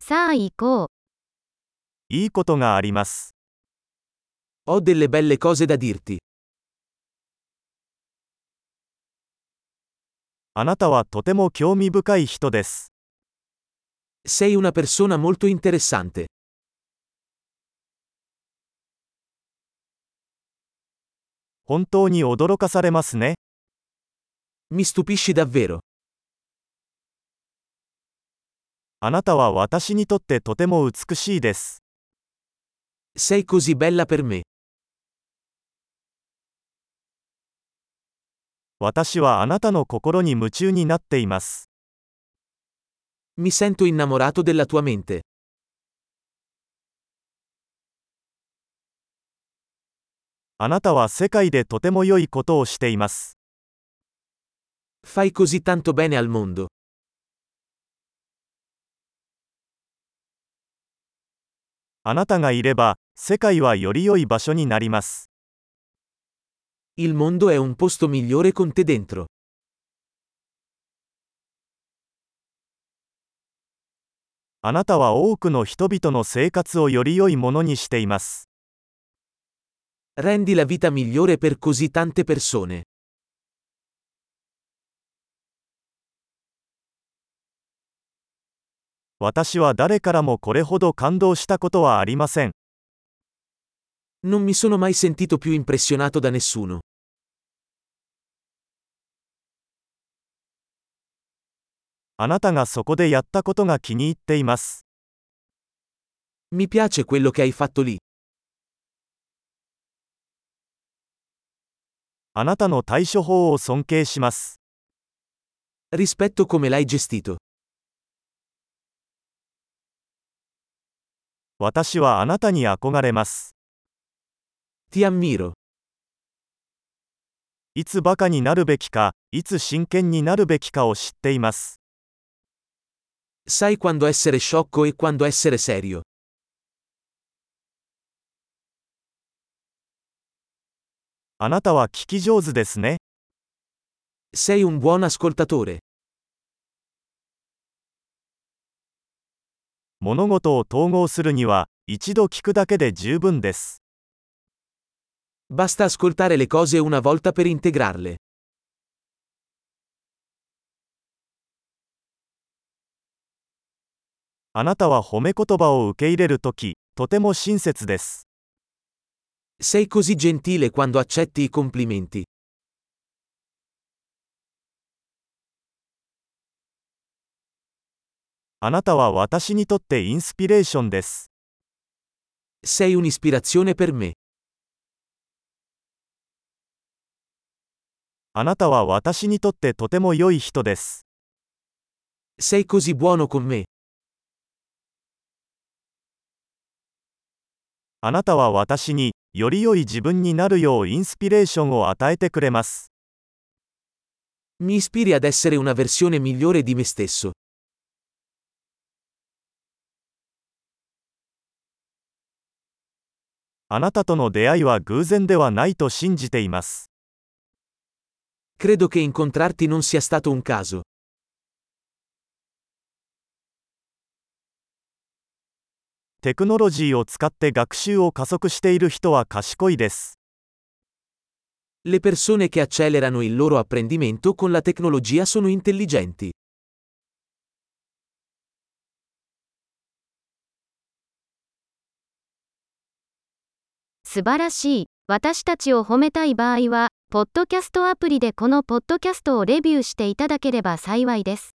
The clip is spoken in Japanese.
さあ行こう。いいことがあります。 Ho delle belle cose da dirti. あなたはとても興味深い人です。 Sei una persona molto interessante. 本当に驚かされますね。 Mi stupisci davvero. あなたは私にとってとても美しいです。 Sei così bella per me. 私はあなたの心に夢中になっています。 Mi sento innamorato della tua mente. あなたは世界でとても良いことをしています。 Fai così tanto bene al mondo. あなたがいれば、世界はより良い場所になります。 Il mondo è un posto migliore con te dentro. あなたは多くの人々の生活をより良いものにしています。 Rendi la vita migliore per così tante persone. 私は誰からもこれほど感動したことはありません。 Non mi sono mai sentito più impressionato da nessuno. あなたがそこでやったことが気に入っています。 Mi piace quello che hai fatto lì. あなたの対処法を尊敬します。 Rispetto come l'hai gestito. 私はあなたに憧れます。 Ti ammiro. いつバカになるべきか、いつ真剣になるべきかを知っています。 Sai quando essere sciocco e quando essere serio. あなたは聞き上手ですね。 Sei un buon ascoltatore. 物事を統合するには、一度聞くだけで十分です。 Basta ascoltare le cose una volta per integrarle. あなたは褒め言葉を受け入れるとき、とても親切です。 Sei così gentile quando accetti i complimenti. あなたは私にとってインスピレーションです。 Sei un'ispirazione per me. あなたは私にとってとても良い人です。 Sei così buono con me. あなたは私に、より良い自分になるようインスピレーションを与えてくれます。 Mi ispiri ad essere una versione migliore di me stesso. あなたとの出会いは偶然ではないと信じています。 Credo che incontrarti non sia stato un caso. テクノロジーを使って学習を加速している人は賢いです。 Le persone che accelerano il loro apprendimento con la tecnologia sono intelligenti. 素晴らしい。私たちを褒めたい場合は、ポッドキャストアプリでこのポッドキャストをレビューしていただければ幸いです。